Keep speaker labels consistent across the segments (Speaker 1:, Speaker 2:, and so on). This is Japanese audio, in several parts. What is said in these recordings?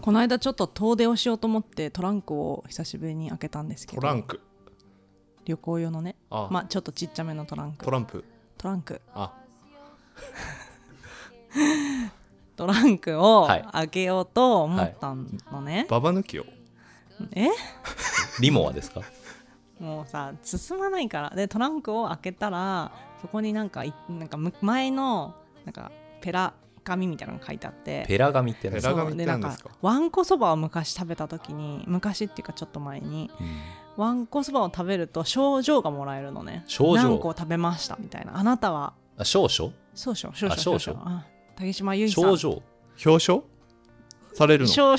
Speaker 1: この間ちょっと遠出をしようと思ってトランクを久しぶりに開けたんですけ
Speaker 2: トラン
Speaker 1: ど
Speaker 2: ク
Speaker 1: 旅行用のね
Speaker 2: ああ
Speaker 1: まあちょっとちっちゃめのトランク
Speaker 2: トランプ
Speaker 1: トランク
Speaker 2: あ
Speaker 1: トランクを
Speaker 3: はい
Speaker 1: 開けようと思ったのね、
Speaker 2: ババ抜きを
Speaker 3: リモアですか
Speaker 1: えもうさ進まないからでトランクを開けたらそこになんかいなんかむ前のなんかペラ紙みたいなのが書いてあって
Speaker 3: ペラ紙ってなんです
Speaker 2: ペラ
Speaker 3: か、
Speaker 2: 紙って
Speaker 1: なん
Speaker 2: 何ですか
Speaker 1: わんこそばを昔食べた時に昔っていうかちょっと前に
Speaker 3: うん
Speaker 1: わんこそばを食べると賞状がもらえるのね
Speaker 3: 賞状
Speaker 1: 何個食べましたみたいなあなたは
Speaker 3: あ少々
Speaker 1: そうしょ、少々、
Speaker 3: あ少々
Speaker 1: 少々。あ竹島由衣さ
Speaker 3: 少
Speaker 1: ん。
Speaker 3: 々
Speaker 2: 表彰されるの
Speaker 1: 少々。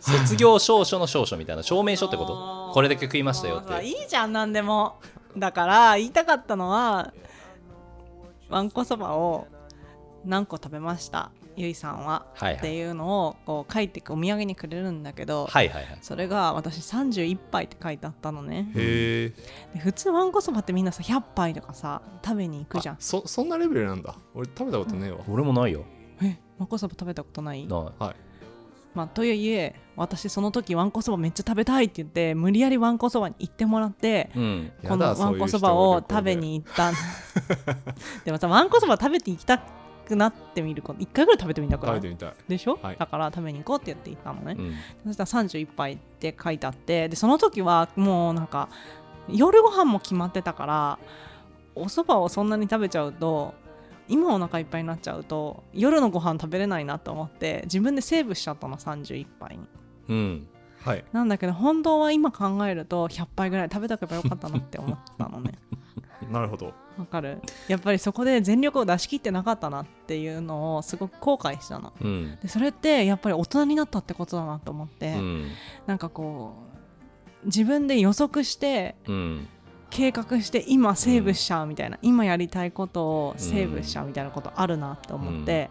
Speaker 3: 卒業証書の証書みたいな証明書ってことこれだけ食いましたよっ
Speaker 1: あい
Speaker 3: て
Speaker 1: いじゃん、なんでも。だから、言いたかったのは、わんこそばを何個食べました、ゆいさんは。
Speaker 3: はい
Speaker 1: っ
Speaker 3: は
Speaker 1: て
Speaker 3: い
Speaker 1: いうのをこう書いてくお土産にくれるんだけど、
Speaker 3: はいはいはい
Speaker 1: それが私31杯って書いてあったのね。
Speaker 2: へえ
Speaker 1: で普通わんこそばってみんなさ100杯とかさ食べに行くじゃ
Speaker 2: あ
Speaker 1: ん。
Speaker 2: そそんなレベルなんだ俺食べたことねえわ、
Speaker 3: 俺もないよ
Speaker 1: えわんこそば食べたことない
Speaker 3: な
Speaker 2: はい
Speaker 1: まあ、とはいえ私その時わんこそばめっちゃ食べたいって言って無理やりわんこそばに行ってもらって
Speaker 3: いうん
Speaker 2: や
Speaker 1: この
Speaker 2: だ
Speaker 1: わ
Speaker 2: そうんいう人
Speaker 1: こそばを食べに行 ったんでもさわんこそば食べて行きたくなってみること1回ぐらい食べてみたく
Speaker 2: 食
Speaker 1: な
Speaker 2: べ
Speaker 1: い
Speaker 2: てみたい
Speaker 1: でしょ、
Speaker 2: はい
Speaker 1: だから食べに行こうって言って行ったのね
Speaker 3: う、
Speaker 1: そ
Speaker 3: ん
Speaker 1: したら31杯って書いてあってでその時はもうなんか夜ご飯も決まってたからお蕎麦をそんなに食べちゃうと今お腹いっぱいになっちゃうと夜のご飯食べれないなと思って自分でセーブしちゃったの31杯に
Speaker 3: うん
Speaker 2: はい
Speaker 1: なんだけど本当は今考えると100杯ぐらい食べとけばよかったなって思ったの ね
Speaker 2: なるほど
Speaker 1: わかるやっぱりそこで全力を出し切ってなかったなっていうのをすごく後悔したの
Speaker 3: うん
Speaker 1: でそれってやっぱり大人になったってことだなと思って、
Speaker 3: うん
Speaker 1: なんかこう自分で予測して
Speaker 3: うん
Speaker 1: 計画して今セーブしちゃうみたいな、今やりたいことをセーブしちゃうみたいなことあるなって思って、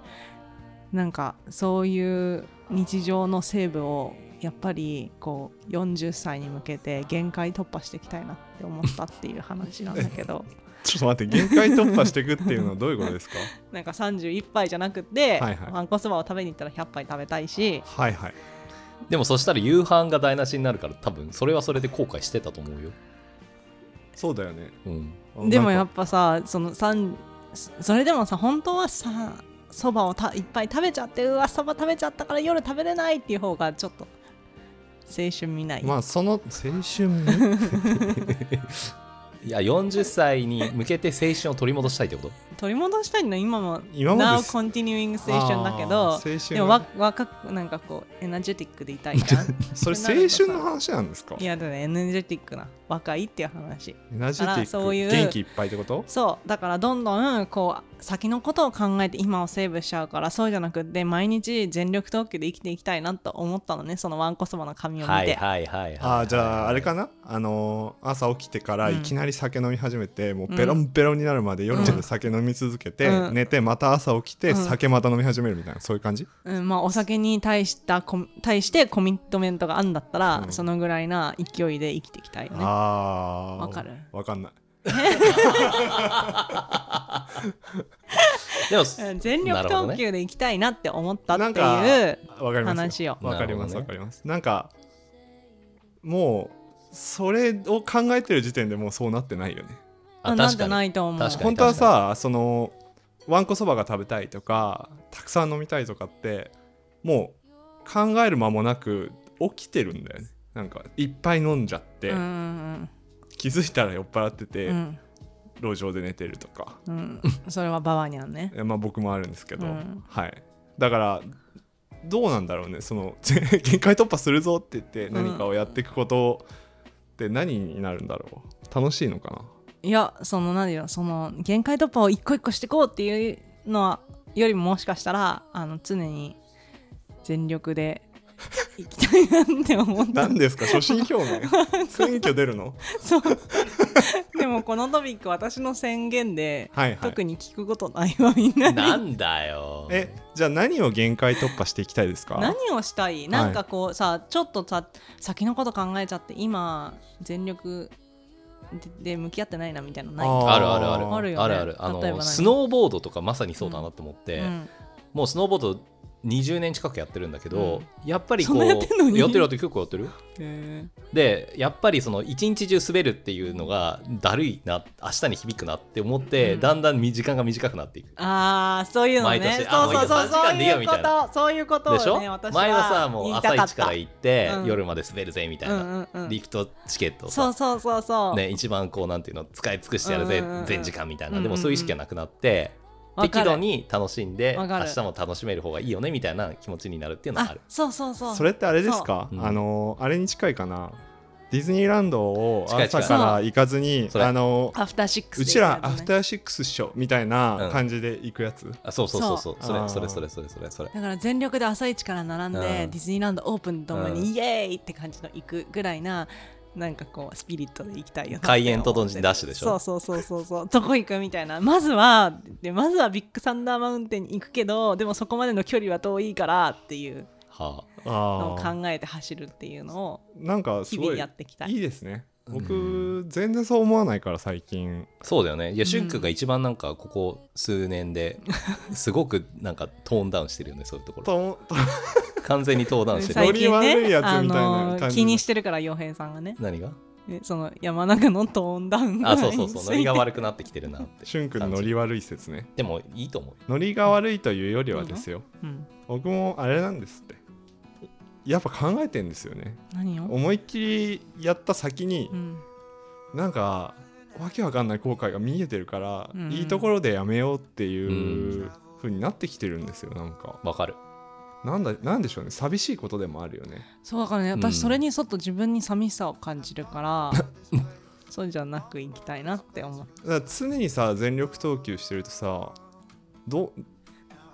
Speaker 1: なんかそういう日常のセーブをやっぱりこう40歳に向けて限界突破していきたいなって思ったっていう話なんだけど
Speaker 2: ちょっと待って限界突破していくっていうのはどういうこ とですか
Speaker 1: なんか31杯じゃなくて、
Speaker 2: はいはい
Speaker 1: わんこそばを食べに行ったら100杯食べたいし
Speaker 2: はいはい
Speaker 3: でもそしたら夕飯が台無しになるから多分それはそれで後悔してたと思うよ、
Speaker 2: そうだよね
Speaker 3: うん、
Speaker 1: でもや
Speaker 2: なん
Speaker 1: っ
Speaker 2: か
Speaker 1: ぱさそのさんそれでもさ本当はさそばをたいっぱい食べちゃってうわそば食べちゃったから夜食べれないっていう方がちょっと青春見ない、
Speaker 2: まあその青春に
Speaker 3: いや40歳に向けて青春を取り戻したいってこと
Speaker 1: 取り戻したいのは今も
Speaker 2: 今まで
Speaker 1: Now continuing 青春だけ
Speaker 2: あ
Speaker 1: ど
Speaker 2: ー青春
Speaker 1: でもわ若くなんかこうエナジェティックでいた いじゃん
Speaker 2: それ青春の話なんですか
Speaker 1: いやだねエナジェティックな若いっていう話
Speaker 2: エナジーティッ
Speaker 1: あら
Speaker 2: ク
Speaker 1: そういう
Speaker 2: 元気いっぱいってこと
Speaker 1: そうだからどんどんこう先のことを考えて今をセーブしちゃうからそうじゃなくて毎日全力投球で生きていきたいなと思ったのねそのわんこそばの紙を見て、
Speaker 3: はいはいはいはい、はい、
Speaker 2: あーじゃああれかなあのー朝起きてからいきなり酒飲み始めて、もうベロンベロンになるまで夜まで酒飲み続けて、
Speaker 1: うん
Speaker 2: 寝てまた朝起きて
Speaker 1: うん
Speaker 2: 酒また飲み始めるみたいなそういう感じ、
Speaker 1: うんまあ、お酒に対したコミ対してコミットメントがあるんだったら、
Speaker 2: うん
Speaker 1: そのぐらいな勢いで生きていきたいよね
Speaker 2: あー
Speaker 1: わかる
Speaker 2: わかんない
Speaker 3: でも
Speaker 1: 全
Speaker 3: な
Speaker 1: 力
Speaker 3: るほ
Speaker 1: 投
Speaker 3: どね
Speaker 1: 球でいきたいなって思った
Speaker 2: な
Speaker 1: っ
Speaker 2: ん
Speaker 1: て
Speaker 2: か
Speaker 1: いう
Speaker 2: わかります
Speaker 1: 話
Speaker 2: よ
Speaker 1: を
Speaker 2: わかります
Speaker 3: な
Speaker 2: わ
Speaker 3: るほ
Speaker 2: か
Speaker 3: ど
Speaker 2: りますなんかもうそれを考えてる時点でもうそうなってないよね
Speaker 3: あ
Speaker 1: なんてないいと思う
Speaker 3: 確かに
Speaker 2: 本当はさそのわんこそばが食べたいとかたくさん飲みたいとかってもう考える間もなく起きてるんだよねなんかいっぱい飲んじゃって、
Speaker 1: うんうん
Speaker 2: 気づいたら酔っ払ってて、
Speaker 1: うん
Speaker 2: 路上で寝てるとか、
Speaker 1: うんうんそれはババニャンね
Speaker 2: えまあ、僕もあるんですけど、
Speaker 1: うん
Speaker 2: はいだからどうなんだろうねその 限界突破するぞって言って
Speaker 1: ん
Speaker 2: 何かをやっていくことって何になるんだろう楽しいのかな、
Speaker 1: いいやその何だろその限界突破を一個一個していこうっていうのはよりももしかしたらあの常に全力で いきたいなって思った
Speaker 2: 何ですか 初心表明選挙出るの
Speaker 1: そうでもこのトピック私の宣言で、
Speaker 2: はいはい
Speaker 1: 特に聞くことないわみんなに
Speaker 3: なんだよ。
Speaker 2: えじゃあ何を限界突破していきたいですか
Speaker 1: 何をしたいなんかこうさ、ちょっとさ先のこと考えちゃって今全力でで向き合ってないなみたいなのない
Speaker 2: あー
Speaker 3: あるあるある
Speaker 1: あるよね
Speaker 3: あるあるあ
Speaker 1: 例えば
Speaker 3: の
Speaker 1: 何
Speaker 3: スノーボードとかまさにそうだなと思って、
Speaker 1: うん
Speaker 3: もうスノーボード20年近くやってるんだけど、やっぱりこ
Speaker 1: そん
Speaker 3: う
Speaker 1: なやってんのに
Speaker 3: やってるやってる結構やってる
Speaker 1: へー
Speaker 3: でやっぱりその一日中滑るっていうのがだるいな明日に響くなって思って、
Speaker 1: うん
Speaker 3: だんだん時間が短くなっていく
Speaker 1: あーそういうの
Speaker 3: 毎年
Speaker 1: ね
Speaker 3: あ
Speaker 1: そうそうそう
Speaker 3: もう
Speaker 1: そう
Speaker 3: い
Speaker 1: いう
Speaker 3: いよ三時間でいいよみ
Speaker 1: こ
Speaker 3: たいな
Speaker 1: とそういうことをね
Speaker 3: でしょ、
Speaker 1: 私は
Speaker 3: 前はさもう
Speaker 1: 言い
Speaker 3: 朝
Speaker 1: たかっ
Speaker 3: 一
Speaker 1: た
Speaker 3: から行って、
Speaker 1: うん
Speaker 3: 夜まで滑るぜみたいな、
Speaker 1: うんうんうん
Speaker 3: リフトチケットをさ
Speaker 1: そうそうそうそう、
Speaker 3: ね、一番こうなんていうの使い尽くしてやるぜ、
Speaker 1: うんうんうん
Speaker 3: 全時間みたい
Speaker 1: う
Speaker 3: な、
Speaker 1: んうん
Speaker 3: で
Speaker 1: うん
Speaker 3: もそういう意識がなくなって
Speaker 1: わか
Speaker 3: 適
Speaker 1: る
Speaker 3: 度に楽しんで明
Speaker 1: わかる
Speaker 3: 日も楽しめる方がいいよねみたいな気持ちになるっていうのはあ
Speaker 1: あ
Speaker 3: る
Speaker 1: そうそうそう
Speaker 2: それってあれですか、
Speaker 3: そううん
Speaker 2: あのあれに近いかなディズニーランドを
Speaker 3: 近い近
Speaker 2: 朝
Speaker 3: い
Speaker 2: から行かずに
Speaker 3: そうそれ
Speaker 2: あの
Speaker 1: アフターシックス
Speaker 2: うちらアフターシックスっしょみたいな感じで行くやつ、
Speaker 3: あそうそうそうそうそ
Speaker 2: そう
Speaker 3: れそれそれそれそれそれ
Speaker 1: だから全力で朝一から並んで、
Speaker 3: うん
Speaker 1: ディズニーランドオープンとも
Speaker 3: うん
Speaker 1: にイエーイって感じの行くぐらいななんかこうスピリットで行きたいよなって思って
Speaker 3: 開園と同時にダッシュでしょ
Speaker 1: そうそうそうそうそうどこ行くみたいなまずはでまずはビッグサンダーマウンテンに行くけどでもそこまでの距離は遠いからっていう
Speaker 3: はあ
Speaker 1: のを
Speaker 2: あー
Speaker 1: 考えて走るっていうのを
Speaker 2: なんかす
Speaker 1: 日
Speaker 2: ご
Speaker 1: 々
Speaker 2: い
Speaker 1: やっていきたい
Speaker 2: いいですね僕、
Speaker 3: う
Speaker 2: 全然そう思わないから最近
Speaker 3: そうだよねいや
Speaker 1: うん
Speaker 3: シュンクが一番なんかここ数 年ですごくなんかトーンダウンしてるよねそういうところ
Speaker 2: と
Speaker 3: 完全にトーンダウンして
Speaker 2: うん
Speaker 3: る
Speaker 2: より悪いやつみたいな
Speaker 1: あの
Speaker 2: 感じ
Speaker 1: 気にしてるから洋平さんがね
Speaker 3: 何が
Speaker 1: ねその山中のトーンダウン
Speaker 3: あそ うそうそうノリが悪
Speaker 1: く
Speaker 3: くなってきてるなって
Speaker 2: しゅんくんノリ悪い説ね
Speaker 3: でもいいと思う
Speaker 2: ノリが悪いというよりはですよ、
Speaker 1: うん、
Speaker 2: 僕もあれなんですってやっぱ考えてんですよね
Speaker 1: 何を、
Speaker 2: 思いっきりやった先に
Speaker 1: うん、
Speaker 2: なんかわけわかんない後悔が見えてるから、
Speaker 1: うん
Speaker 2: いいところでやめようっていう風になってきてるんですよなんか
Speaker 3: わかる
Speaker 2: なんだなんでしょうね寂しいことでもあるよね
Speaker 1: そうだからね
Speaker 3: うん
Speaker 1: 私それに沿って自分に寂しさを感じる から、そうじゃなく行きたいなって思う
Speaker 2: だから常にさ全力投球してるとさどう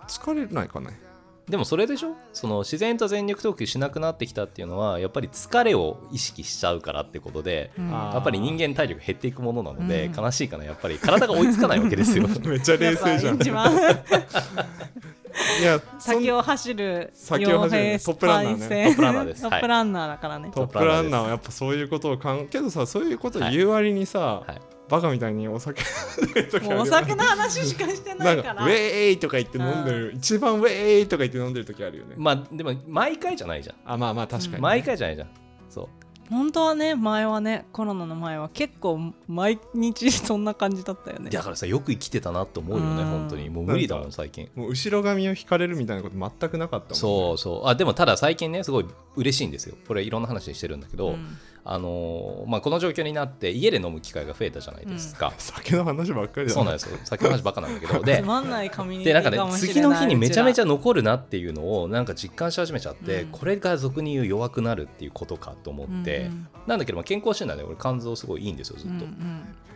Speaker 2: 疲れないかね
Speaker 3: でもそれでしょその自然と全力投球しなくなってきたっていうのはやっぱり疲れを意識しちゃうからってことで、
Speaker 1: うん
Speaker 2: あー
Speaker 3: やっぱり人間体力減っていくものなので、
Speaker 1: うん
Speaker 3: 悲しいかなやっぱり体が追いつかないわけですよ
Speaker 2: めっちゃ冷静じゃ
Speaker 1: や
Speaker 2: ん
Speaker 1: っぱ一 番
Speaker 2: いやそん
Speaker 1: 先を走る
Speaker 2: 先を走る
Speaker 1: 洋平
Speaker 2: トップランナーね
Speaker 1: スパイ戦
Speaker 3: トップランナーです
Speaker 1: トップランナーだからね、
Speaker 2: トップランナーはやっぱそういうことを考えけどさそういうことを
Speaker 3: はい
Speaker 2: 言う割にさ、
Speaker 3: はい
Speaker 2: バカみたいにお酒飲んでる時ある
Speaker 1: もう
Speaker 2: よ
Speaker 1: お
Speaker 2: ね
Speaker 1: 酒の話しかしてな
Speaker 2: ないん
Speaker 1: か
Speaker 2: からウェーイとか言って飲んでる一番ウェーイとか言って飲んでる時あるよね
Speaker 3: まあでも毎回じゃないじゃん、
Speaker 2: あまあまあ確かに、
Speaker 3: 毎回じゃないじゃんそう
Speaker 1: 本当はね前はねコロナの前は結構毎日そんな感じだったよね
Speaker 3: だからさよく生きてたなと思うよね
Speaker 1: うん
Speaker 3: 本当にもう無理だも
Speaker 2: なん
Speaker 3: ん最近
Speaker 2: もう後ろ髪を引かれるみたいなこと全くなかったもん、ね、
Speaker 3: そうそうあでもただ最近ねすごい嬉しいんですよこれいろんな話してるんだけ
Speaker 1: う
Speaker 3: ど、
Speaker 1: ん
Speaker 3: あのーまあ、この状況になって家で飲む機会が増えたじゃないですか、
Speaker 2: 酒の話ばっかりだ
Speaker 3: そうなん
Speaker 2: ん
Speaker 3: ですよ先の話ばっかなんだけど で
Speaker 1: つまんないコミュニテ
Speaker 3: で
Speaker 1: ィ
Speaker 3: なんかね
Speaker 1: かもしれな
Speaker 3: 次
Speaker 1: い
Speaker 3: の日にめちゃめち
Speaker 1: ゃ
Speaker 3: ゃ残るなっていうのをなんか実感し始めちゃって、
Speaker 1: うん
Speaker 3: これが俗に言う弱くなるっていうことかと思って、なんだけども健康診断で俺肝臓すごいいいんですよずっと、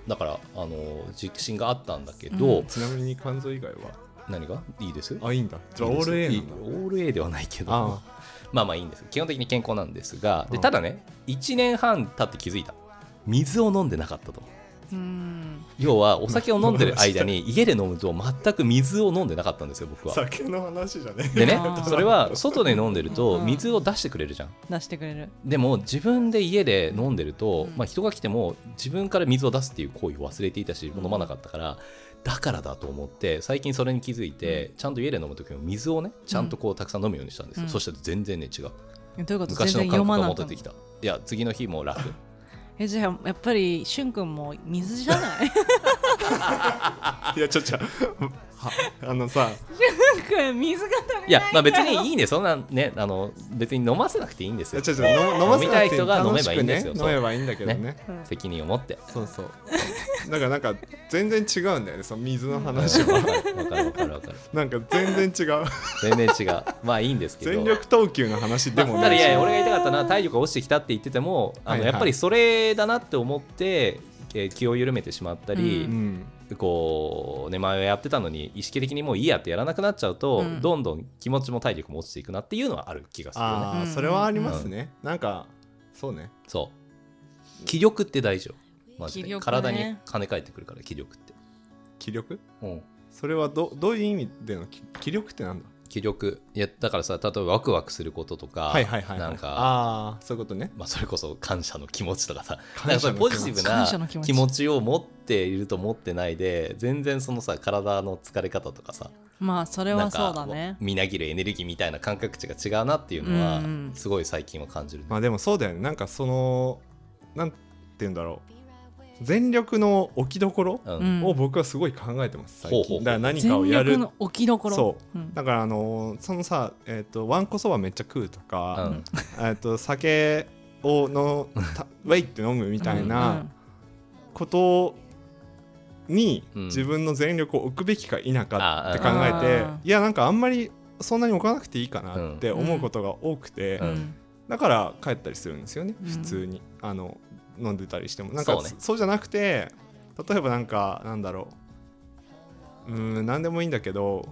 Speaker 3: だからあの実信があったんだけど、
Speaker 1: うん
Speaker 2: ちなみに肝臓以外は
Speaker 3: 何がいいです
Speaker 2: あいいんだじゃあオール A
Speaker 3: い
Speaker 2: ないんだ
Speaker 3: オール A ではないけど
Speaker 2: あ
Speaker 3: まあまあいいんです基本的に健康なんですがで
Speaker 2: うん
Speaker 3: ただね1年半経って気づいた水を飲んでなかったと
Speaker 1: うん
Speaker 3: 要はお酒を飲んでる間に家で飲むと全く水を飲んでなかったんですよ僕は
Speaker 2: 酒の話じゃねえ
Speaker 3: でね
Speaker 1: あー
Speaker 3: それは外で飲んでると
Speaker 1: うん
Speaker 3: 水を出してくれるじゃん
Speaker 1: 出してくれる
Speaker 3: でも自分で家で飲んでると
Speaker 1: う、ん
Speaker 3: まあ、人が来ても自分から水を出すっていう行為を忘れていたし飲まなかったからだからだと思って最近それに気づいてちゃんと家で飲む時も水をねちゃんとこうたくさん飲むようにしたんですよ、
Speaker 1: うん
Speaker 3: そしたら全然ね違う
Speaker 1: えどういうこと
Speaker 3: 昔の
Speaker 1: 全然
Speaker 3: 感
Speaker 1: 読
Speaker 3: 覚
Speaker 1: ま
Speaker 3: が
Speaker 1: なか
Speaker 3: 戻
Speaker 1: った
Speaker 3: ってきたいや次の日も楽
Speaker 1: えじゃあやっぱりしゅんくんも水じゃない
Speaker 2: いやちょちょはあのさ
Speaker 1: しゅんくん水が足
Speaker 3: い
Speaker 1: りない
Speaker 3: やまあ別にいいねそんなねあの別に飲ませなくていいんです
Speaker 2: い
Speaker 3: よ
Speaker 2: やちょちょ飲飲ませなくて
Speaker 3: 飲みたい人が飲めばいいんですよ
Speaker 2: 楽しくね飲めばいいんだけどね
Speaker 3: ね責任を持って
Speaker 2: そうそうだからなんか全然違うんだよねその水の
Speaker 3: わ
Speaker 2: 話
Speaker 3: か
Speaker 2: は
Speaker 3: るわかるわかるわかる
Speaker 2: なんか全然違う
Speaker 3: 全然違うまあいいんですけど
Speaker 2: 全力投球の話で
Speaker 3: で
Speaker 2: も
Speaker 3: ただいやい
Speaker 2: ね
Speaker 3: や俺が言いたかったのは体力が落ちてきたって言っててもあの、
Speaker 2: はいはい
Speaker 3: やっぱりそれだなって思ってえー気を緩めてしまったり
Speaker 2: う、ん
Speaker 3: こうね前はやってたのに意識的にもういいやってやらなくなっちゃうと、
Speaker 1: うん
Speaker 3: どんどん気持ちも体力も落ちていくなっていうのはある気がするよね。
Speaker 2: ああ
Speaker 1: うん
Speaker 2: それはありますね、なんかそうね
Speaker 3: そう気力って大事よマジで、
Speaker 1: 気力ね
Speaker 3: 体に跳ね返ってくるから気力って、
Speaker 2: 気力
Speaker 3: うん、
Speaker 2: それはどどういう意味での気気力ってなんだ
Speaker 3: 気力いやだからさ例えばワクワクすることとか、
Speaker 2: はいはいはいはい
Speaker 3: なんか
Speaker 2: ああそういうことね
Speaker 3: まあ、それこそ感謝の気持ちとかさな
Speaker 2: 感
Speaker 3: んかそ
Speaker 2: 謝
Speaker 3: れ
Speaker 2: の
Speaker 3: ポジティブ
Speaker 1: 感
Speaker 3: な
Speaker 1: 謝の気持ち
Speaker 3: 気持ちを持っていると持ってないで全然そのさ体の疲れ方とかさ
Speaker 1: まあそれ
Speaker 3: なん
Speaker 1: はそうだ
Speaker 3: か
Speaker 1: ね
Speaker 3: みなぎるエネルギーみたいな感覚値が違うなっていうのは
Speaker 1: うんうん
Speaker 3: すごい最近は感じるね、
Speaker 2: まあでもそうだよねなんかそのなんて言うんだろう全力の置きどころ
Speaker 3: うん
Speaker 1: うん
Speaker 2: を僕はすごい考えてます最
Speaker 3: ほうほ
Speaker 2: 近
Speaker 3: うほう
Speaker 2: だから何かを
Speaker 1: 全
Speaker 2: や
Speaker 1: 力
Speaker 2: る
Speaker 1: の置きどころ
Speaker 2: そ
Speaker 1: ん
Speaker 2: だからあのーそのさえっ、とわんこそばめっちゃ食うと
Speaker 3: う
Speaker 2: か、
Speaker 3: ん
Speaker 2: えっと酒をのた ウェイって飲むみたいなことに
Speaker 3: うん
Speaker 2: 自分の全力を置くべきか否かって考
Speaker 1: あ
Speaker 2: えて、
Speaker 1: ー
Speaker 2: いやなんかあんまりそんなに置かなくていいかなって思うことが多くて、
Speaker 3: う
Speaker 1: うん
Speaker 3: ん
Speaker 2: だから帰ったりするんですよね
Speaker 1: うん
Speaker 2: 普通に、あの飲んでたりしてもなんかそ,、
Speaker 3: そううね
Speaker 2: じゃなくて例えばなんかなんだろううーん何でもいいんだけど、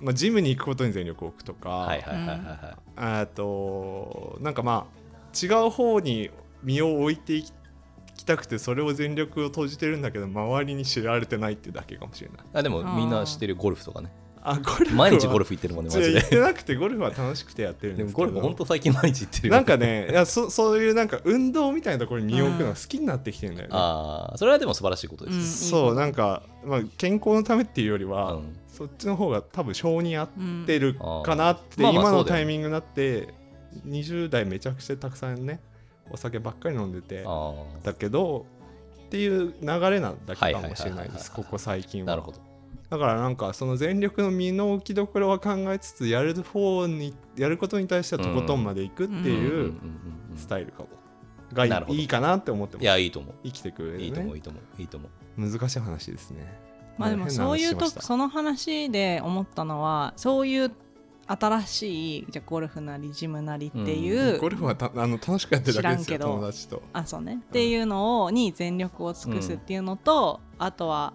Speaker 2: まあ、ジムに行くことに全力を置くとか、
Speaker 3: はいはいはいはいは
Speaker 2: あとなんかまあ違う方に身を置いていきたくてそれを全力を投じてるんだけど周りに知られてないってだけかもしれない
Speaker 3: いあでもみんな知ってるゴルフとかね
Speaker 2: あゴルフは
Speaker 3: 毎日ゴルフ行ってるも んねマ
Speaker 2: 違
Speaker 3: ジ
Speaker 2: う
Speaker 3: で
Speaker 2: 行ってなくてゴルフは楽しくてやってるんで
Speaker 3: でも
Speaker 2: すけ
Speaker 3: ゴ
Speaker 2: ど
Speaker 3: ルフ本当最近毎日行ってるよ
Speaker 2: なんかねいやそそういうなんか運動みたいなところに身を置くのが好きになってきてるんだよね、
Speaker 3: ああそれはでも素晴らしいことです、
Speaker 2: そうなんか、まあ、健康のためっていうより
Speaker 3: う
Speaker 2: は、
Speaker 3: ん
Speaker 2: そっちの方が多分性に合っ
Speaker 1: うん
Speaker 2: てるかなって、
Speaker 3: うんあーまあま
Speaker 2: 今
Speaker 3: あ
Speaker 2: の
Speaker 3: そうだ
Speaker 2: タ
Speaker 3: よね
Speaker 2: イミングになって20代めちゃくちゃたくさんねお酒ばっかり飲んでて
Speaker 3: あー
Speaker 2: だけどっていう流れなんだけかもしれないです
Speaker 3: はいはいはいはい
Speaker 2: ここ最近は
Speaker 3: なるほど
Speaker 2: だからなんかその全力の身の置きどころは考えつつやる方にやることに対してはとことんまでいくって
Speaker 3: うんうんうん
Speaker 2: いう
Speaker 3: うんうん
Speaker 2: スタイルかもがい
Speaker 3: なるほど
Speaker 2: いいいかなって思ってま
Speaker 3: い
Speaker 2: す
Speaker 3: やいいと思う
Speaker 2: 生きてく上
Speaker 3: いい
Speaker 2: で
Speaker 3: と
Speaker 2: ね
Speaker 3: 思ういいと思ういいと思う
Speaker 2: 難しい話ですね
Speaker 1: まあでもそういうと
Speaker 2: 変な話しました
Speaker 1: その話で思ったのはそういう新しいじゃあゴルフなりジムなりっていう、
Speaker 2: ゴルフはたあの楽しくやってるだけです
Speaker 1: 知らんけ
Speaker 2: よ
Speaker 1: ど
Speaker 2: 友達と
Speaker 1: あそうねっていうのをに全力を尽くすっていうのと、あとは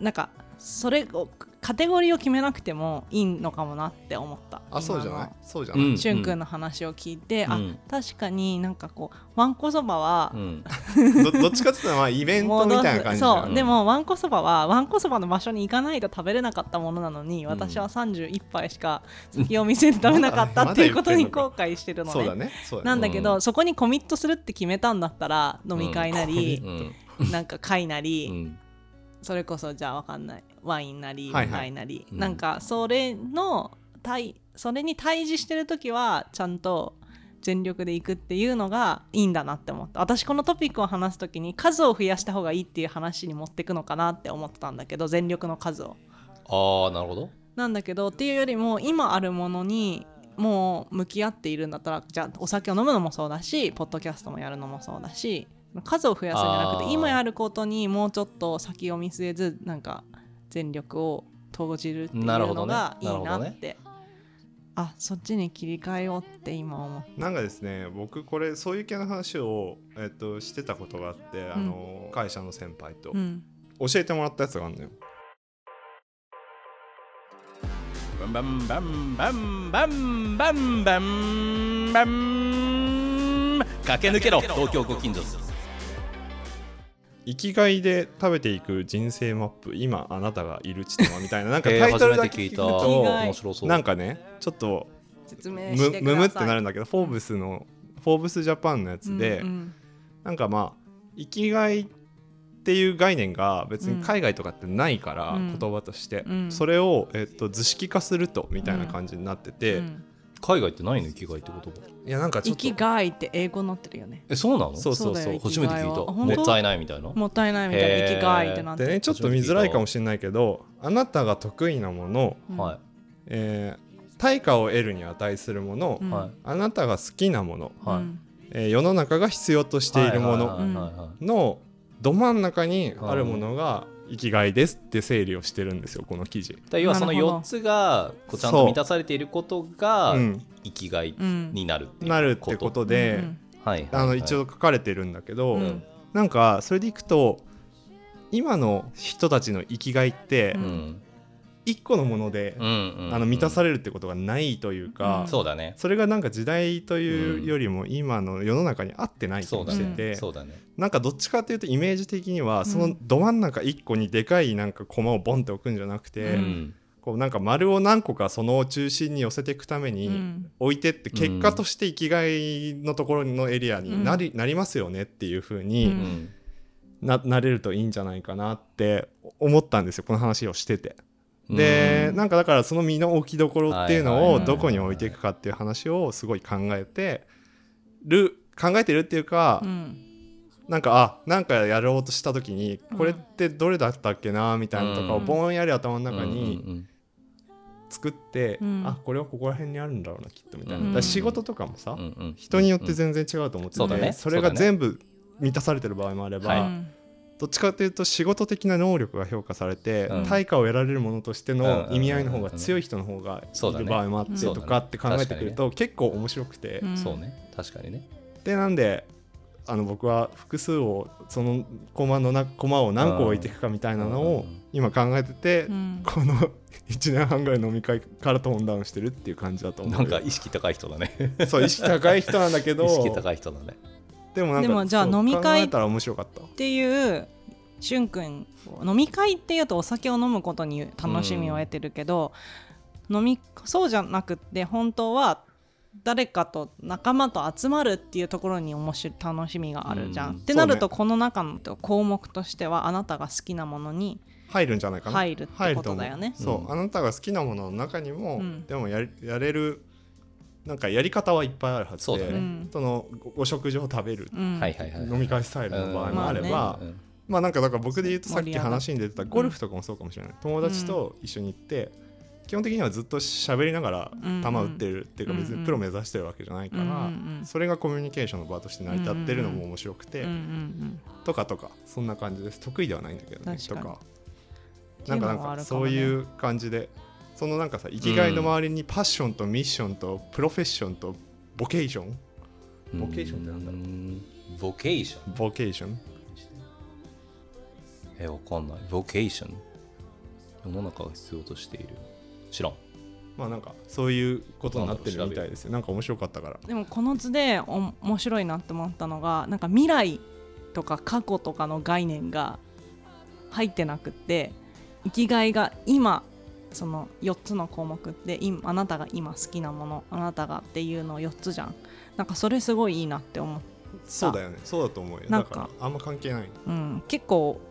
Speaker 1: なんかそれをカテゴリーを決めなくてもいいのかもなって思った
Speaker 2: あそうじゃない
Speaker 1: 今
Speaker 2: そうじゃない、
Speaker 3: うん
Speaker 1: のしゅんくんの話を聞いて、
Speaker 3: う
Speaker 1: あ
Speaker 3: ん
Speaker 1: 確かになんかこうわんこそばは、
Speaker 3: うん
Speaker 2: どどっちかっていうとまあイベント
Speaker 1: 戻
Speaker 2: み
Speaker 1: す
Speaker 2: たいな感じだよね
Speaker 1: そうでもわんこそばはわんこそばの場所に行かないと食べれなかったものなのに私は31杯しか先を見せて食べなかったっていうことに後悔してるの
Speaker 2: そうだ
Speaker 1: ね。
Speaker 2: ねそうだ
Speaker 1: な
Speaker 2: ね
Speaker 1: んだけど、
Speaker 3: うん
Speaker 1: そこにコミットするって決めたんだったら飲み会なり
Speaker 3: う、ん
Speaker 1: なんか会なり、
Speaker 3: うん
Speaker 1: それこそじゃあわかんないワインなり
Speaker 2: はいは
Speaker 1: 舞台
Speaker 2: い
Speaker 1: なり、
Speaker 3: うん
Speaker 1: なんかそれの対それに対峙してる時はちゃんと全力でいくっていうのがいいんだなって思った私このトピックを話す時に数を増やした方がいいっていう話に持ってくのかなって思ってたんだけど全力の数を
Speaker 3: ああなるほど
Speaker 1: なんだけどっていうよりも今あるものにもう向き合っているんだったらじゃあお酒を飲むのもそうだしポッドキャストもやるのもそうだし数を増やすんじゃなく
Speaker 3: あ
Speaker 1: て
Speaker 3: ー
Speaker 1: 今やることにもうちょっと先を見据えずなんか全力を投じるっていう
Speaker 3: なるほ
Speaker 1: の
Speaker 3: どね
Speaker 1: がいい
Speaker 3: なる
Speaker 1: な
Speaker 3: ほど
Speaker 1: っ
Speaker 3: ね
Speaker 1: てあそっちに切り替えようって今思っ
Speaker 2: なんかですね僕これそういう系の話を、えっとしてたことがあって、あの会社の先輩と
Speaker 1: た、うん、
Speaker 2: 教えてもらったやつがあるのよ
Speaker 4: Bum bum bum bum bum bum bum bum.
Speaker 3: 駆け抜けろ東京ご近所
Speaker 2: 生きがいで食べていく人生マップ今あなたがいる地点はみたいななんか
Speaker 3: え
Speaker 2: タ
Speaker 3: ー
Speaker 2: イト
Speaker 3: 初
Speaker 2: ルだ
Speaker 3: めて
Speaker 2: け聞
Speaker 3: 聞い
Speaker 2: く
Speaker 3: た
Speaker 2: と、
Speaker 3: 面白そう
Speaker 2: なんかねちょっと
Speaker 1: 説明して
Speaker 2: む
Speaker 1: ください
Speaker 2: むむってなるんだけど「フォーブス」の「フォーブスジャパン」のやつで、
Speaker 1: うんうん
Speaker 2: なんかまあ生きがいっていう概念が別に海外とかってないから、
Speaker 1: うん
Speaker 2: 言葉として、
Speaker 1: うん
Speaker 2: それを、えっと図式化するとみたいな感じになってて、
Speaker 1: うん
Speaker 3: 海外ってないの生きがいって言葉
Speaker 2: いやなんかちょ
Speaker 1: 生き
Speaker 2: っと
Speaker 1: がいって英語になってるよね
Speaker 3: えそうなの
Speaker 2: そうそう
Speaker 1: そう
Speaker 2: そ
Speaker 1: だ
Speaker 2: う
Speaker 1: よ
Speaker 3: 初めて
Speaker 1: 生き
Speaker 3: 聞い
Speaker 1: がい
Speaker 3: た
Speaker 1: は
Speaker 3: もったいないみたいな
Speaker 1: もったいないみたいな
Speaker 3: へー
Speaker 1: 生きがいってなって
Speaker 2: でねちょっと見づらいかもしれないけどあなたが得意なもの、
Speaker 1: うん
Speaker 3: はい
Speaker 2: えー対価を得るに値するもの、
Speaker 1: うん
Speaker 3: はい
Speaker 2: あなたが好きなもの、
Speaker 3: はい
Speaker 1: うん
Speaker 2: えー世の中が必要としているも
Speaker 3: は
Speaker 2: の
Speaker 3: いはいはいはい
Speaker 2: のど真ん中にあるものが生きがいですって整理をしてるんですよこの記事。
Speaker 3: だから要はその
Speaker 1: なるほど
Speaker 3: 4つがこうちゃんと満たされていることが
Speaker 2: うん
Speaker 3: 生きがいになるっていう
Speaker 2: なるってことで、
Speaker 1: うん
Speaker 3: はいはいはい
Speaker 2: あの一応書かれてるんだけど、
Speaker 1: うん
Speaker 2: なんかそれでいくと今の人たちの生きがいって
Speaker 1: うん
Speaker 3: うん
Speaker 2: 一個のもので、
Speaker 3: うんうん
Speaker 2: あの満たされるってことがないというか、
Speaker 1: うん
Speaker 3: そうだね
Speaker 2: それがなんか時代というよりも今の世の中に合ってない気
Speaker 3: そう
Speaker 2: も
Speaker 3: だ
Speaker 2: して
Speaker 3: ね
Speaker 2: て、
Speaker 3: そうだね
Speaker 2: なんかどっちかっていうとイメージ的にはそうの
Speaker 1: ん
Speaker 2: ど真ん中1個にでかいなんか駒をボンって置くんじゃなくて、
Speaker 1: うん
Speaker 2: こうなんか丸を何個かその中心に寄せていくため
Speaker 1: う
Speaker 2: に
Speaker 1: ん
Speaker 2: 置いてって結果として生きがいのところのエリアになり,、なりますよねっていう風
Speaker 1: う
Speaker 3: う
Speaker 2: に
Speaker 3: ん
Speaker 2: な,、なれるといいんじゃないかなって思ったんですよこの話をしてて。で、なんかだからその身の置きどころっていうの
Speaker 3: は
Speaker 2: を
Speaker 3: いはい
Speaker 2: どこに置いていくかっていう話をすごい考えてる考えてるっていうか、
Speaker 1: うん
Speaker 2: なんかあなんかやろうとした時に
Speaker 1: うん
Speaker 2: これってどれだったっけなみたいなとかを
Speaker 3: うん
Speaker 2: ぼんやり頭の中
Speaker 3: うん
Speaker 2: に
Speaker 3: うん
Speaker 2: 作って、
Speaker 1: うん
Speaker 2: あこれはここら辺にあるんだろうなきっとみたいな、
Speaker 1: うん
Speaker 2: だから仕事とかもさ、
Speaker 3: うんうんうん
Speaker 2: 人によって全然違うと思ってて、
Speaker 3: そうだね
Speaker 2: それが全部満たされてる場合もあれば、
Speaker 3: は
Speaker 1: う
Speaker 3: い
Speaker 1: ん
Speaker 2: どっちかっていうと仕事的な能力が評価されて、
Speaker 3: うん
Speaker 2: 対価を得られるものとして
Speaker 3: うんうんうん
Speaker 2: の
Speaker 3: うん
Speaker 2: 意味合いの方が強い人の方が
Speaker 3: そう
Speaker 2: い
Speaker 3: だ
Speaker 2: る
Speaker 3: ね
Speaker 2: 場合もあって
Speaker 1: そうだ
Speaker 2: と
Speaker 3: ね
Speaker 2: かって考えてくると結構面白くて、
Speaker 1: うん
Speaker 3: そうね確かにね
Speaker 2: でなんであの僕は複数をその駒のな駒を何個置いていくかみたいなの
Speaker 3: う
Speaker 2: を
Speaker 3: ん
Speaker 2: 今考えてて、
Speaker 1: うん
Speaker 2: この 1年半ぐらい飲み会からトーンダウンしてるっていう感じだと思う
Speaker 3: なんか意識高い人 だね
Speaker 2: そう意識高い人なんだけど
Speaker 3: 意識高い人だね
Speaker 2: でもなんか
Speaker 1: でもじゃあ
Speaker 2: そう
Speaker 1: 飲み会
Speaker 2: 考えたら面白かった
Speaker 1: っていうしゅんくん飲み会っていうとお酒を飲むことに楽しみを得てるけど、飲みそうじゃなくって本当は誰かと仲間と集まるっていうところに面白い楽しみがあるじゃん。
Speaker 3: うん
Speaker 1: ってなる
Speaker 2: そ
Speaker 1: と
Speaker 2: う
Speaker 1: この中の項目としてはあなたが好きなものに
Speaker 2: 入るんじゃないかな
Speaker 1: 入るってことだよね。
Speaker 2: そう、
Speaker 3: うん
Speaker 2: あなたが好きなものの中にも、
Speaker 1: うん
Speaker 2: でもやりやれるなんかやり方はいっぱいあるはずで
Speaker 3: そうだね
Speaker 1: うん
Speaker 2: そのごご食事を食べる、
Speaker 1: うん
Speaker 3: はいはいはい
Speaker 2: 飲み会スタイルの場合もあれば、
Speaker 1: うんまあ
Speaker 3: うん
Speaker 2: まあなんかだから僕で言うとさっ
Speaker 1: 盛り
Speaker 2: き
Speaker 1: 上がる
Speaker 2: 話に出てたゴルフとかもそうかもしれない、友達と一緒に行って、基本的にはずっと喋りながら
Speaker 1: うん
Speaker 2: 球打ってる、っていうか別
Speaker 1: うんう
Speaker 2: に
Speaker 1: ん
Speaker 2: プロ目指してるわけじゃないから、
Speaker 1: うんうん
Speaker 2: それがコミュニケーションの場として成り立ってるのも面白くて、
Speaker 1: うんうんうん
Speaker 2: とかとかそんな感じです得意ではないんだけどね
Speaker 1: 確
Speaker 2: と
Speaker 1: かに
Speaker 2: かなんかな
Speaker 1: ってい
Speaker 2: ん
Speaker 1: うのはあるかも
Speaker 2: か
Speaker 1: ね
Speaker 2: そういう感じでそのなんかさ生きがいの周りにパッションとミッションとプロフェッションとボケーションボケーションってなんだろう
Speaker 3: うんボケーション
Speaker 2: ボケーション
Speaker 3: えわかんないボケーション世の中が必要としている知らん
Speaker 2: まあなんかそういうことになってるみたいですよなんか面白かったから
Speaker 1: でもこの図でお面白いなって思ったのがなんか未来とか過去とかの概念が入ってなくって生きがいが今その4つの項目って今あなたが今好きなものあなたがっていうの4つじゃんなんかそれすごいいいなって思う、
Speaker 2: そうだよねそうだと思うよ
Speaker 1: なん
Speaker 2: だ
Speaker 1: か
Speaker 2: からあんま関係ない
Speaker 1: うん、結構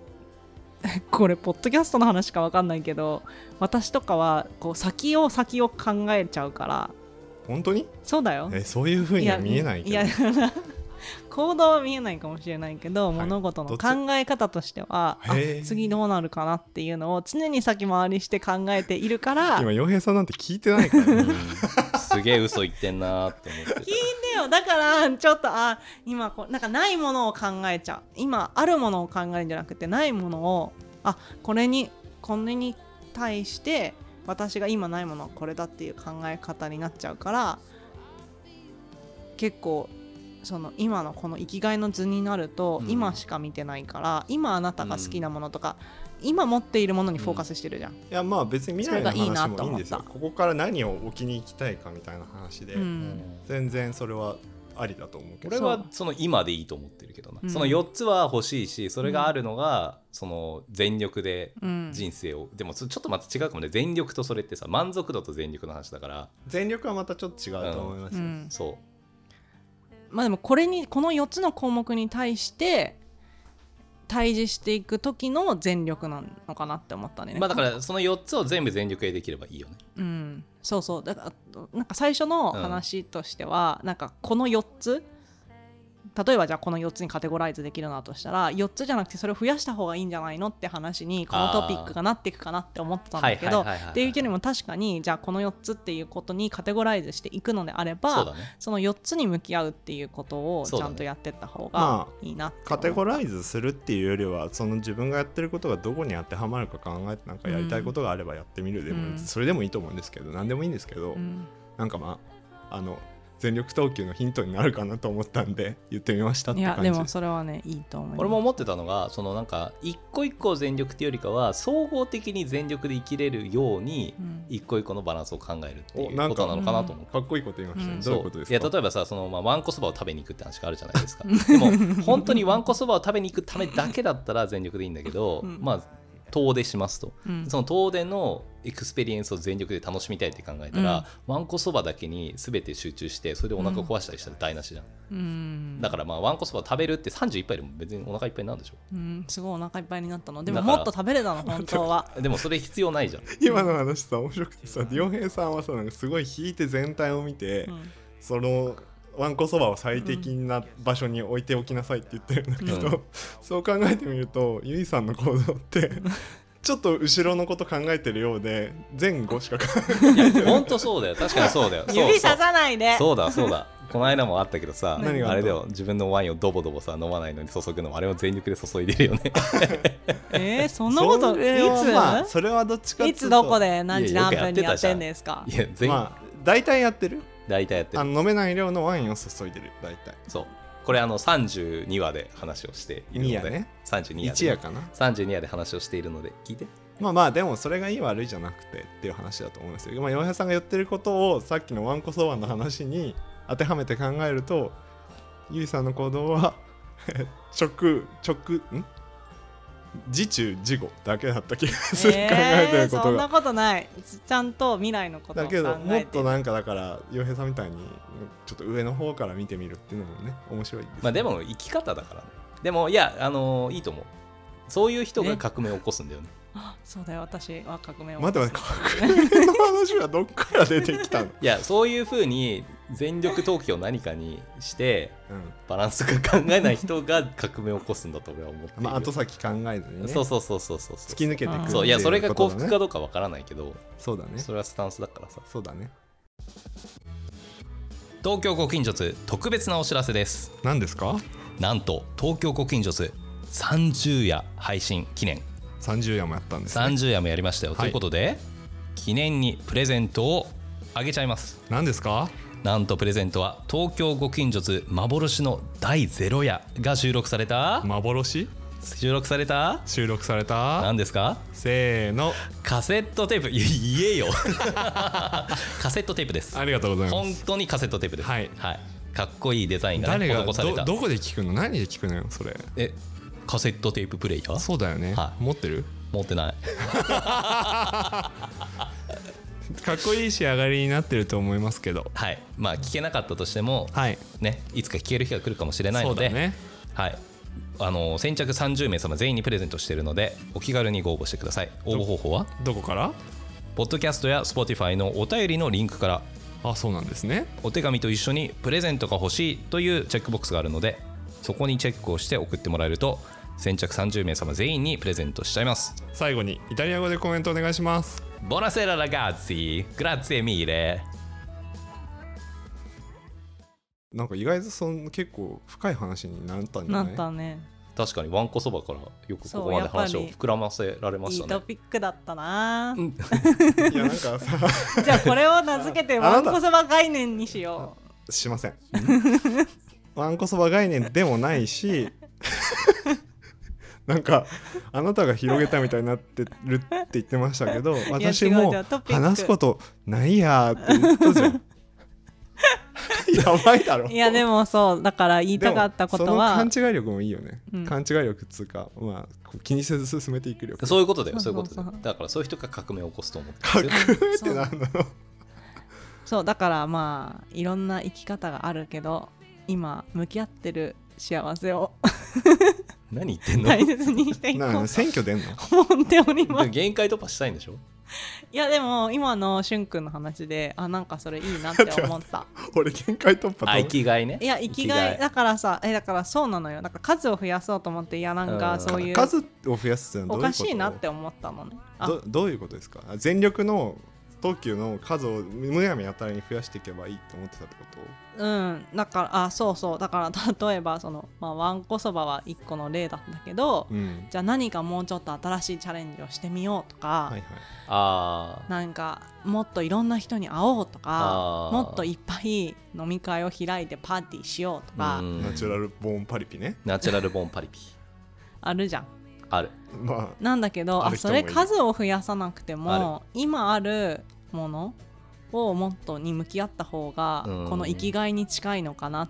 Speaker 1: これポッドキャストの話か分かんないけど私とかはこう先を先を考えちゃうから
Speaker 2: 本当に
Speaker 1: そうだよ
Speaker 2: えそういうふうには見えないけど
Speaker 1: やや行動は見えないかもしれないけど、
Speaker 2: い
Speaker 1: 物事
Speaker 2: ど
Speaker 1: の
Speaker 2: っち
Speaker 1: 考え方としてはあ
Speaker 2: へー
Speaker 1: 次どうなるかなっていうのを常に先回りして考えているから聞い
Speaker 2: 今洋平さんなんて聞いてないから ね
Speaker 3: すげえ嘘言ってんなーって思ってた
Speaker 1: てよだからちょっとあ今こうなんかないものを考えちゃう今あるものを考えるんじゃなくてないものをあこれにこれに対して私が今ないものはこれだっていう考え方になっちゃうから結構その今のこの生きがいの図になると、
Speaker 3: うん
Speaker 1: 今しか見てないから今あなたが好きなものとか、今持っているものにフォーカスしてるじゃん。
Speaker 2: いやまあ別に未来の
Speaker 1: それがいいな
Speaker 2: 話
Speaker 1: と
Speaker 2: もいいん
Speaker 1: 思っ
Speaker 2: です
Speaker 1: た
Speaker 2: よここから何を置きに行きたいかみたいな話で、
Speaker 1: うん
Speaker 2: 全然それはありだと思うけど
Speaker 3: 俺はその今でいいと思ってるけどな、
Speaker 1: うん
Speaker 3: その4つは欲しいしそれがあるのがその全力で
Speaker 1: うん
Speaker 3: 人生を、でもそちょっとまた違うかもね全力とそれってさ満足度と全力の話だから
Speaker 2: 全力はまたちょっと違うと思います
Speaker 1: う
Speaker 2: よ、
Speaker 1: ん
Speaker 3: そ
Speaker 1: まあでもこれにこの4つの項目に対して対峙していく時の全力なのかなって思ったね。
Speaker 3: うまあだからその4つを全部全力でできればいいよね
Speaker 1: うん、そうそうだからなんか最初の話としては、なんかこの4つ例えばじゃあこの4つにカテゴライズできるなとしたら4つじゃなくてそれを増やした方がいいんじゃないのって話にこのトピックがなっていくかなって思ってたんだけど
Speaker 3: はいはいはいはいはい
Speaker 1: っていうよりも確かにじゃあこの4つっていうことにカテゴライズしていくのであれ
Speaker 3: そう
Speaker 1: ば
Speaker 3: だね
Speaker 1: その4つに向き合うっていうことを
Speaker 3: そう
Speaker 1: ち
Speaker 3: だ
Speaker 1: ゃ
Speaker 3: ね
Speaker 1: んとやってった方が
Speaker 2: ま
Speaker 1: いいなって思う
Speaker 2: カテゴライズするっていうよりはその自分がやってることがどこに当てはまるか考えてなんかやりたいことがあればやってみるでも、
Speaker 1: うん
Speaker 2: それでもいいと思うんですけど何でもいいんですけど、
Speaker 1: うん
Speaker 2: なんかまああの全力投球のヒントになるかなと思ったんで言ってみましたっ
Speaker 1: い
Speaker 2: て感
Speaker 1: やで
Speaker 2: じ
Speaker 1: もそれはねいいと思います
Speaker 3: 俺も思ってたのがそのなんか一個一個を全力っていうよりかは総合的に全力で生きれるように
Speaker 1: うん
Speaker 3: 一個一個のバランスを考えるってい
Speaker 2: おな
Speaker 3: うんこ
Speaker 2: か
Speaker 3: となのかなと思って。
Speaker 2: かっこいいこと言いましたね、
Speaker 1: うん
Speaker 2: どういうことです
Speaker 3: いや
Speaker 2: か
Speaker 3: 例えばさその、まあ、わんこそばを食べに行くって話があるじゃないですかでも本当にわんこそばを食べに行くためだけだったら全力でいいんだけど、
Speaker 1: うん
Speaker 3: まあ遠出しますと
Speaker 1: うん
Speaker 3: その遠出のエクスペリエンスを全力で楽しみたいって考えたら、わんこそばだけに全て集中してそれでお腹壊したりしたら台無しじゃん、
Speaker 1: うん
Speaker 3: だからまあわんこそば食べるって31杯でも別にお腹いっぱいになるで しょ
Speaker 1: うんすごいお腹いっぱいになったのでも
Speaker 3: だから
Speaker 1: もっと食べれたの本当は
Speaker 3: でもそれ必要ないじゃん
Speaker 2: 今の話さ面白くてさ洋平さんはさなんかすごい引いて全体を見て、
Speaker 1: うん
Speaker 2: そのわんこそばを最適な場所に置いておきなさいって言ってるんだけど、
Speaker 3: うん
Speaker 2: そう考えてみるとゆいさんの行動ってちょっと後ろのこと考えてるようで前後しか考
Speaker 3: いや本当そうだよ確かにそ うだよそう
Speaker 1: 指ささないで
Speaker 3: そうそうだそうだこの間もあったけどさ
Speaker 2: 何があった
Speaker 3: あれだよ自分のワインをドボドボさ飲まないのに注ぐのもあれを全力で注いでるよね
Speaker 1: えー、そ
Speaker 2: え
Speaker 1: んなことい
Speaker 2: れは
Speaker 1: つ、
Speaker 2: まあそれはどっちかっ
Speaker 1: い
Speaker 2: ていうと
Speaker 1: つどこで何時
Speaker 3: いやよ
Speaker 1: 何
Speaker 3: くやっ
Speaker 1: 分
Speaker 3: て
Speaker 1: にや
Speaker 3: た
Speaker 1: っ
Speaker 3: じゃん
Speaker 1: てんですか
Speaker 3: いや全、
Speaker 2: まあ大体やってる
Speaker 3: 大体やって
Speaker 2: あ
Speaker 3: る
Speaker 2: の飲めない量のワインを注いでる大体
Speaker 3: そうこれあの32話で話をしているの
Speaker 2: 二
Speaker 3: で
Speaker 2: 夜ね
Speaker 3: 32話
Speaker 2: 一
Speaker 3: で
Speaker 2: 夜かな
Speaker 3: 32夜で話をしているので聞いて
Speaker 2: まあまあでもそれがいい悪いじゃなくてっていう話だと思うんですよ。まあ洋平さんが言ってることをさっきのわんこそばの話に当てはめて考えるとゆいさんの行動は 直直ん時中時後だけだった気がする、考えてるこ
Speaker 1: えーそ
Speaker 2: と
Speaker 1: んな
Speaker 2: が。
Speaker 1: ことないちゃんと未来のことを考
Speaker 2: だ
Speaker 1: え
Speaker 2: け
Speaker 1: て
Speaker 2: どもっとなんかだから洋平さんみたいにちょっと上の方から見てみるっていうのもね面白いです、
Speaker 3: まあでも生き方だからねでもいやあのいいと思うそういう人が革命を起こすんだよね
Speaker 1: そうだよ私は革命を
Speaker 2: 待って待って革命の話はどっから出てきたの、
Speaker 3: いやそういうふうに全力投球を何かにして
Speaker 2: う
Speaker 3: バランスが考えない人が革命を起こすんだと俺は思ってい
Speaker 2: ん
Speaker 3: る
Speaker 2: まあ、後先考えずにね
Speaker 3: そうそうそうそうそうそ
Speaker 2: 突
Speaker 3: う
Speaker 2: き抜けていくってう
Speaker 3: そういやそれが
Speaker 2: ことだ
Speaker 3: 幸福
Speaker 2: ね
Speaker 3: かどうかわからないけど、
Speaker 2: そうだね
Speaker 3: それはスタンスだからさ
Speaker 2: そうだね
Speaker 3: 東京ご近所図特別なお知らせです
Speaker 2: 何ですか
Speaker 3: なんと東京ご近所図30夜配信記念
Speaker 2: 30夜もやったんですね、
Speaker 3: 30夜もやりましたよ、
Speaker 2: はい
Speaker 3: ということで記念にプレゼントをあげちゃいます
Speaker 2: 何ですか
Speaker 3: なんとプレゼントは東京ご近所図幻の第0夜が収録された
Speaker 2: 幻
Speaker 3: 収録された
Speaker 2: 収録され
Speaker 3: 何
Speaker 2: た
Speaker 3: ですか
Speaker 2: せーの
Speaker 3: カセットテープい言えよ カセットテープです
Speaker 2: ありがとうございま
Speaker 3: 本
Speaker 2: す
Speaker 3: 当にカセットテープです
Speaker 2: はい
Speaker 3: かっこいいデザインが、
Speaker 2: 誰
Speaker 3: ね、
Speaker 2: が
Speaker 3: 施され
Speaker 2: ど
Speaker 3: た
Speaker 2: どこで聞くの何で聞くのよそれ
Speaker 3: えカセットテーププレイヤー
Speaker 2: そうだよね、
Speaker 3: はい
Speaker 2: 持ってる
Speaker 3: 持ってない
Speaker 2: かっこいい仕上がりになってると思いますけど
Speaker 3: はいまあ聞けなかったとしても、
Speaker 2: はい
Speaker 3: ねいつか聞ける日が来るかもしれない
Speaker 2: そ
Speaker 3: の
Speaker 2: うだ
Speaker 3: で、
Speaker 2: ね
Speaker 3: はいあの先着30名様全員にプレゼントしているのでお気軽にご応募してください応募方法は
Speaker 2: どこから
Speaker 3: ポッドキャストや Spotify のお便りのリンクから
Speaker 2: あそうなんですね
Speaker 3: お手紙と一緒にプレゼントが欲しいというチェックボックスがあるのでそこにチェックをして送ってもらえると先着30名様全員にプレゼントしちゃいます
Speaker 2: 最後にイタリア語でコメントお願いします
Speaker 3: ボナセララガッツィグラッツェミーレ
Speaker 2: なんか意外とその結構深い話になったんじゃ
Speaker 1: な
Speaker 2: ない
Speaker 1: ったね
Speaker 3: 確かにわんこそばからよくこ
Speaker 1: そ
Speaker 3: こ
Speaker 1: う
Speaker 3: まで
Speaker 1: やっぱり
Speaker 3: 話を膨らませられま
Speaker 1: い
Speaker 3: し
Speaker 1: い
Speaker 3: た
Speaker 1: ト
Speaker 3: ね
Speaker 1: ピックだったな、
Speaker 2: いやなんかさ
Speaker 1: じゃあこれを名付けて
Speaker 2: あな
Speaker 1: わん
Speaker 2: た
Speaker 1: こそば概念にしよ
Speaker 2: しません わんこそば概念でもないし なんかあなたが広げたみたいになってるって言ってましたけど
Speaker 1: いや
Speaker 2: 私も
Speaker 1: 違う違うトピック
Speaker 2: 話すことないやーって言ったじ ゃんやばいだろ
Speaker 1: ういやでもそうだから言いたかったこ
Speaker 2: でも
Speaker 1: とは
Speaker 2: その勘違い力もいいよね、
Speaker 1: うん
Speaker 2: 勘違い力っつうかまあこう気にせず進めていく力
Speaker 3: そういうことだよそういうこと
Speaker 1: そ
Speaker 3: だ
Speaker 1: うそ
Speaker 3: よ
Speaker 1: うそう
Speaker 3: だからそういう人が革命を起こすと思って
Speaker 2: かっこいいって
Speaker 1: そう
Speaker 2: なんだろ
Speaker 1: そうだからまあいろんな生き方があるけど今向き合ってる幸せを
Speaker 3: 何言ってんの
Speaker 1: 大切にして
Speaker 2: う
Speaker 1: いこ
Speaker 2: な
Speaker 1: うんと
Speaker 2: か選挙出んの
Speaker 1: 思っており
Speaker 3: で
Speaker 1: ま
Speaker 3: も
Speaker 1: す
Speaker 3: 限界突破したいんでしょ
Speaker 1: いやでも今のしゅんくんの話であなんかそれいいな って思った
Speaker 2: 俺限界突破
Speaker 3: あ生きがいね
Speaker 1: いや生きがいだからさえだからそうなのよなんか数を増やそうと思っていやなん
Speaker 3: う
Speaker 1: か
Speaker 3: ん
Speaker 1: そういう
Speaker 2: 数を増やすってのは
Speaker 1: お
Speaker 2: どういうこと
Speaker 1: かしいなって思ったのねあ
Speaker 2: どどういうことですか全力の東急の数をむやみやたらに増やしていけばいいと思ってたってこと
Speaker 1: うん、だからあそうそうだから例えばその、まあ、わんこそばは1個の例だったけど、
Speaker 2: うん
Speaker 1: じゃあ何かもうちょっと新しいチャレンジをしてみようとか、
Speaker 2: はいはい
Speaker 3: あー
Speaker 1: なんかもっといろんな人に会おうとか
Speaker 3: あー
Speaker 1: もっといっぱい飲み会を開いてパーティーしようとか、
Speaker 3: うん
Speaker 2: ナチュラルボーンパリピね
Speaker 3: ナチュラルボーンパリピ
Speaker 1: あるじゃん。
Speaker 3: ある
Speaker 2: ま
Speaker 1: なんだけど
Speaker 2: あ
Speaker 1: あ
Speaker 2: る人
Speaker 1: そ
Speaker 2: もい
Speaker 1: れ
Speaker 2: る
Speaker 1: 数を増やさなくても今あるものをもっとに向き合った方が
Speaker 3: うん
Speaker 1: この生きがいに近いのかなっ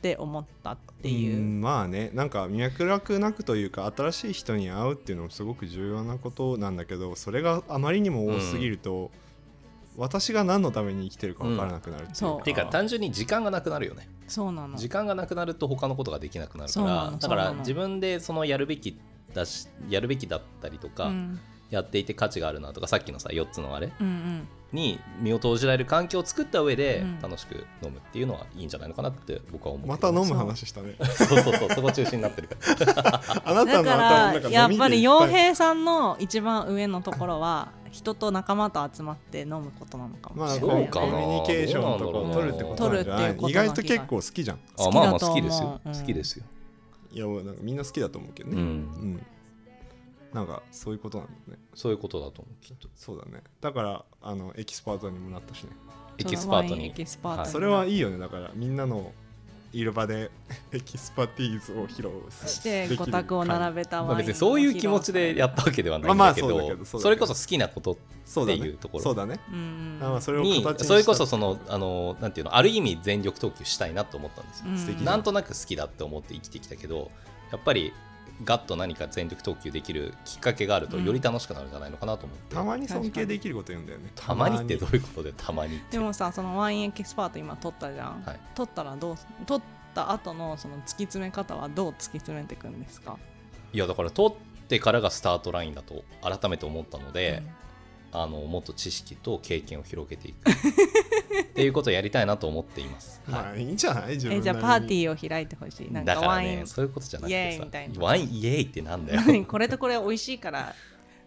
Speaker 1: て思ったっ
Speaker 2: あ
Speaker 1: ていう。
Speaker 2: んまあねなんか脈絡なくというか新しい人に会うっていうのもすごく重要なことなんだけどそれがあまりにも多すぎると、私が何のために生きてるか分からなくなるっ
Speaker 1: う
Speaker 2: ていうか、
Speaker 1: んそう
Speaker 3: ていうか単純に時間がなくなるよね
Speaker 1: そうなの
Speaker 3: 時間がなくなると他のことができなくなるか
Speaker 1: そうな
Speaker 3: ら
Speaker 1: の
Speaker 3: だか
Speaker 1: そう
Speaker 3: ら
Speaker 1: なの
Speaker 3: 自分でそのやるべきだしやるべきだったりとか、
Speaker 1: うん
Speaker 3: やっていて価値があるなとかさっきのさ4つのあれ
Speaker 1: うんうん、
Speaker 3: に身を投じられる環境を作った上で
Speaker 1: うん
Speaker 3: 楽しく飲むっていうのはいいんじゃないのかなって僕は思う
Speaker 2: また飲
Speaker 3: む
Speaker 2: む話したね
Speaker 3: そうそうそうそこ中心になってるから
Speaker 2: あな
Speaker 1: だ
Speaker 2: たの頭の
Speaker 1: からや
Speaker 2: 中
Speaker 1: っ
Speaker 2: 飲み
Speaker 1: ぱ
Speaker 2: で
Speaker 1: り
Speaker 2: いっぱ
Speaker 1: 洋
Speaker 2: い
Speaker 1: 平さんの一番上のところは人と仲間と集まって飲むことなのかも
Speaker 2: まあ
Speaker 1: し
Speaker 2: こ
Speaker 1: れ
Speaker 2: う
Speaker 1: な
Speaker 2: コ
Speaker 1: いよ
Speaker 2: ミ
Speaker 3: そうか
Speaker 1: ね。
Speaker 3: な
Speaker 2: ュニケーションとかを取るってことなん
Speaker 1: 取る
Speaker 2: じゃない
Speaker 1: っていうことな
Speaker 2: 意
Speaker 1: 気が
Speaker 2: 外と結構好きじゃん
Speaker 3: あ
Speaker 1: きだと思う
Speaker 3: まあまあ好きですよ、
Speaker 1: うん
Speaker 3: 好きですよ
Speaker 2: いやなんかみんな好きだと思うけど
Speaker 3: う
Speaker 2: ね、
Speaker 3: ん
Speaker 2: うん、なんかそういうことなんだね
Speaker 3: そういうことだと思うきっと
Speaker 2: そうだねだからあのエキスパートにもなったしね
Speaker 3: エキスパート
Speaker 1: ワインエ
Speaker 3: に
Speaker 1: キスパートに
Speaker 3: い
Speaker 2: それはいいよねだからみんなのいる場で エキスパティーズを披露
Speaker 1: して
Speaker 2: できる
Speaker 1: 五択を並べた
Speaker 3: ま
Speaker 1: ワ
Speaker 3: あ、
Speaker 1: イン
Speaker 3: 別にそういう気持ちでやったわけではな
Speaker 2: ま
Speaker 3: いん
Speaker 2: あま
Speaker 3: だ
Speaker 2: あ
Speaker 3: けど,、
Speaker 2: そうだ
Speaker 3: そ
Speaker 2: けどそうだけど
Speaker 3: れこそ好きなこと
Speaker 2: そうだね
Speaker 3: っていうところ
Speaker 2: そうだね
Speaker 1: うんうん
Speaker 2: あまあそれを形に
Speaker 3: に
Speaker 2: した
Speaker 3: それこそそのあのなんていうのある意味全力投球したいなと思ったんですよ、
Speaker 1: うん
Speaker 2: 素敵じゃ
Speaker 3: なんとなく好きだって思って生きてきたけどやっぱりガッと何か全力投球できるきっかけがあると
Speaker 1: うん
Speaker 3: より楽しくなるんじゃないのかなと思って、
Speaker 2: たまに尊敬できること言うんだよね
Speaker 3: たまにってどういうことでたまにっ
Speaker 1: で
Speaker 3: て
Speaker 1: もさそのワインエキスパート今取ったじゃん、
Speaker 3: はい
Speaker 1: 取ったらどう取った後のその突き詰め方はどう突き詰めていくんですか、
Speaker 3: いやだから取ってからがスタートラインだと改めて思ったので、あのもっと知識と経験を広げて いくっていうことをやりたいなと思っています、
Speaker 2: まあいいんじゃない自分
Speaker 1: えじゃあパーテ
Speaker 2: ィー
Speaker 1: ィーを開いてほしいなん
Speaker 3: だ
Speaker 1: か
Speaker 3: から
Speaker 1: ワイン、
Speaker 3: ねそういうことじゃなく
Speaker 1: イエ
Speaker 3: て
Speaker 1: ーイみたい
Speaker 3: さ
Speaker 1: な
Speaker 3: ワインイエーイってなんだ よ
Speaker 1: これとこれ美味しいから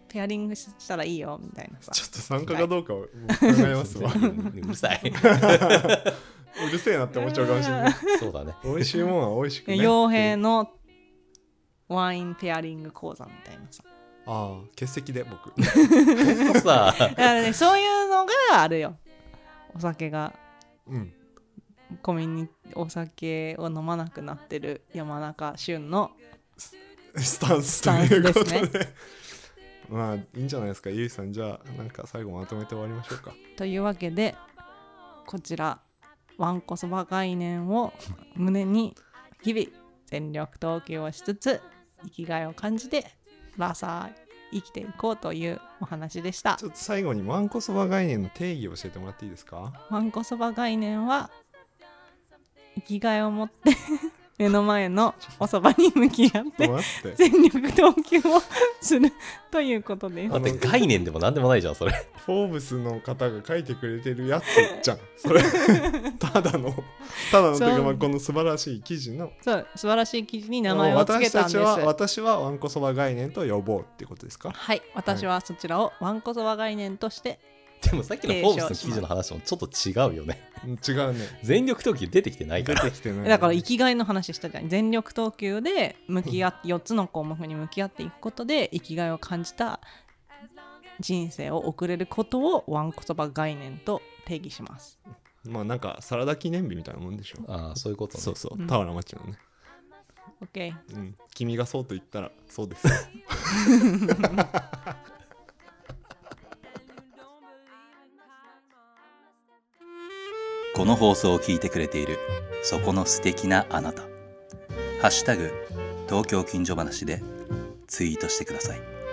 Speaker 1: ペアリングしたらいいよみたいなさ
Speaker 2: ちょっと参加かどうかを考えますわ
Speaker 3: うるさい
Speaker 2: うるせえなって思っちゃうかもしれない
Speaker 3: そうだね
Speaker 2: 美味しいもんは美味しくね
Speaker 1: 傭兵のワインペアリング講座みたいなさ
Speaker 2: ああ欠席 で僕
Speaker 3: さ
Speaker 1: だからねそういうのがあるよお酒が
Speaker 2: うん
Speaker 1: コミュニお酒を飲まなくなってる山中俊の
Speaker 2: スタンス
Speaker 1: ス
Speaker 2: と
Speaker 1: タン
Speaker 2: い
Speaker 1: ス
Speaker 2: う
Speaker 1: で
Speaker 2: こ
Speaker 1: す
Speaker 2: と
Speaker 1: ね
Speaker 2: でまあいいんじゃないですかゆいさんじゃあなんか最後まとめて終わりましょうか
Speaker 1: というわけでこちらわんこそば概念を胸に日々全力投球をしつつ生きがいを感じてください生きていこうというお話でした
Speaker 2: ちょっと最後にわんこそば概念の定義を教えてもらっていいですか
Speaker 1: わんこそば概念は生きがいを持って 目の前のおそばに向き合っ
Speaker 2: ちょってと待って
Speaker 1: 全力投球をするということです
Speaker 3: だって概念でも何でもないじゃんそれ
Speaker 2: フォーブスの方が書いてくれてるやつじゃん それただのただのという
Speaker 1: そ
Speaker 2: か
Speaker 1: う
Speaker 2: まあこの素晴らしい記事の
Speaker 1: そう素晴らしい記事に名前を付け
Speaker 2: 私
Speaker 1: たん
Speaker 2: た
Speaker 1: で
Speaker 2: ち
Speaker 1: す
Speaker 2: は私はわんこそば概念と呼ぼうっていうことですか
Speaker 1: はい、私はそちらをわんこそば概念として、
Speaker 3: でもさっきのフォーブスの記事の話もちょっと違うよ
Speaker 2: う
Speaker 3: ね。
Speaker 2: ん違うね
Speaker 3: 全力投球出てきてないか
Speaker 2: 出
Speaker 3: ら。
Speaker 2: てきてない
Speaker 1: だから生きがいの話したじゃん全力投球で向き合って4つの項目に向き合っていくことで生きがいを感じた人生を送れることをわんこそば概念と定義します
Speaker 2: まあなんかサラダ記念日みたいなもんでしょ
Speaker 3: ああ、そういうことね。
Speaker 2: そうそううん俵町のね
Speaker 1: OK
Speaker 2: うん君がそうと言ったらそうです
Speaker 5: この放送を聞いてくれているそこの素敵なあなた「ハッシュタグ東京近所話」でツイートしてください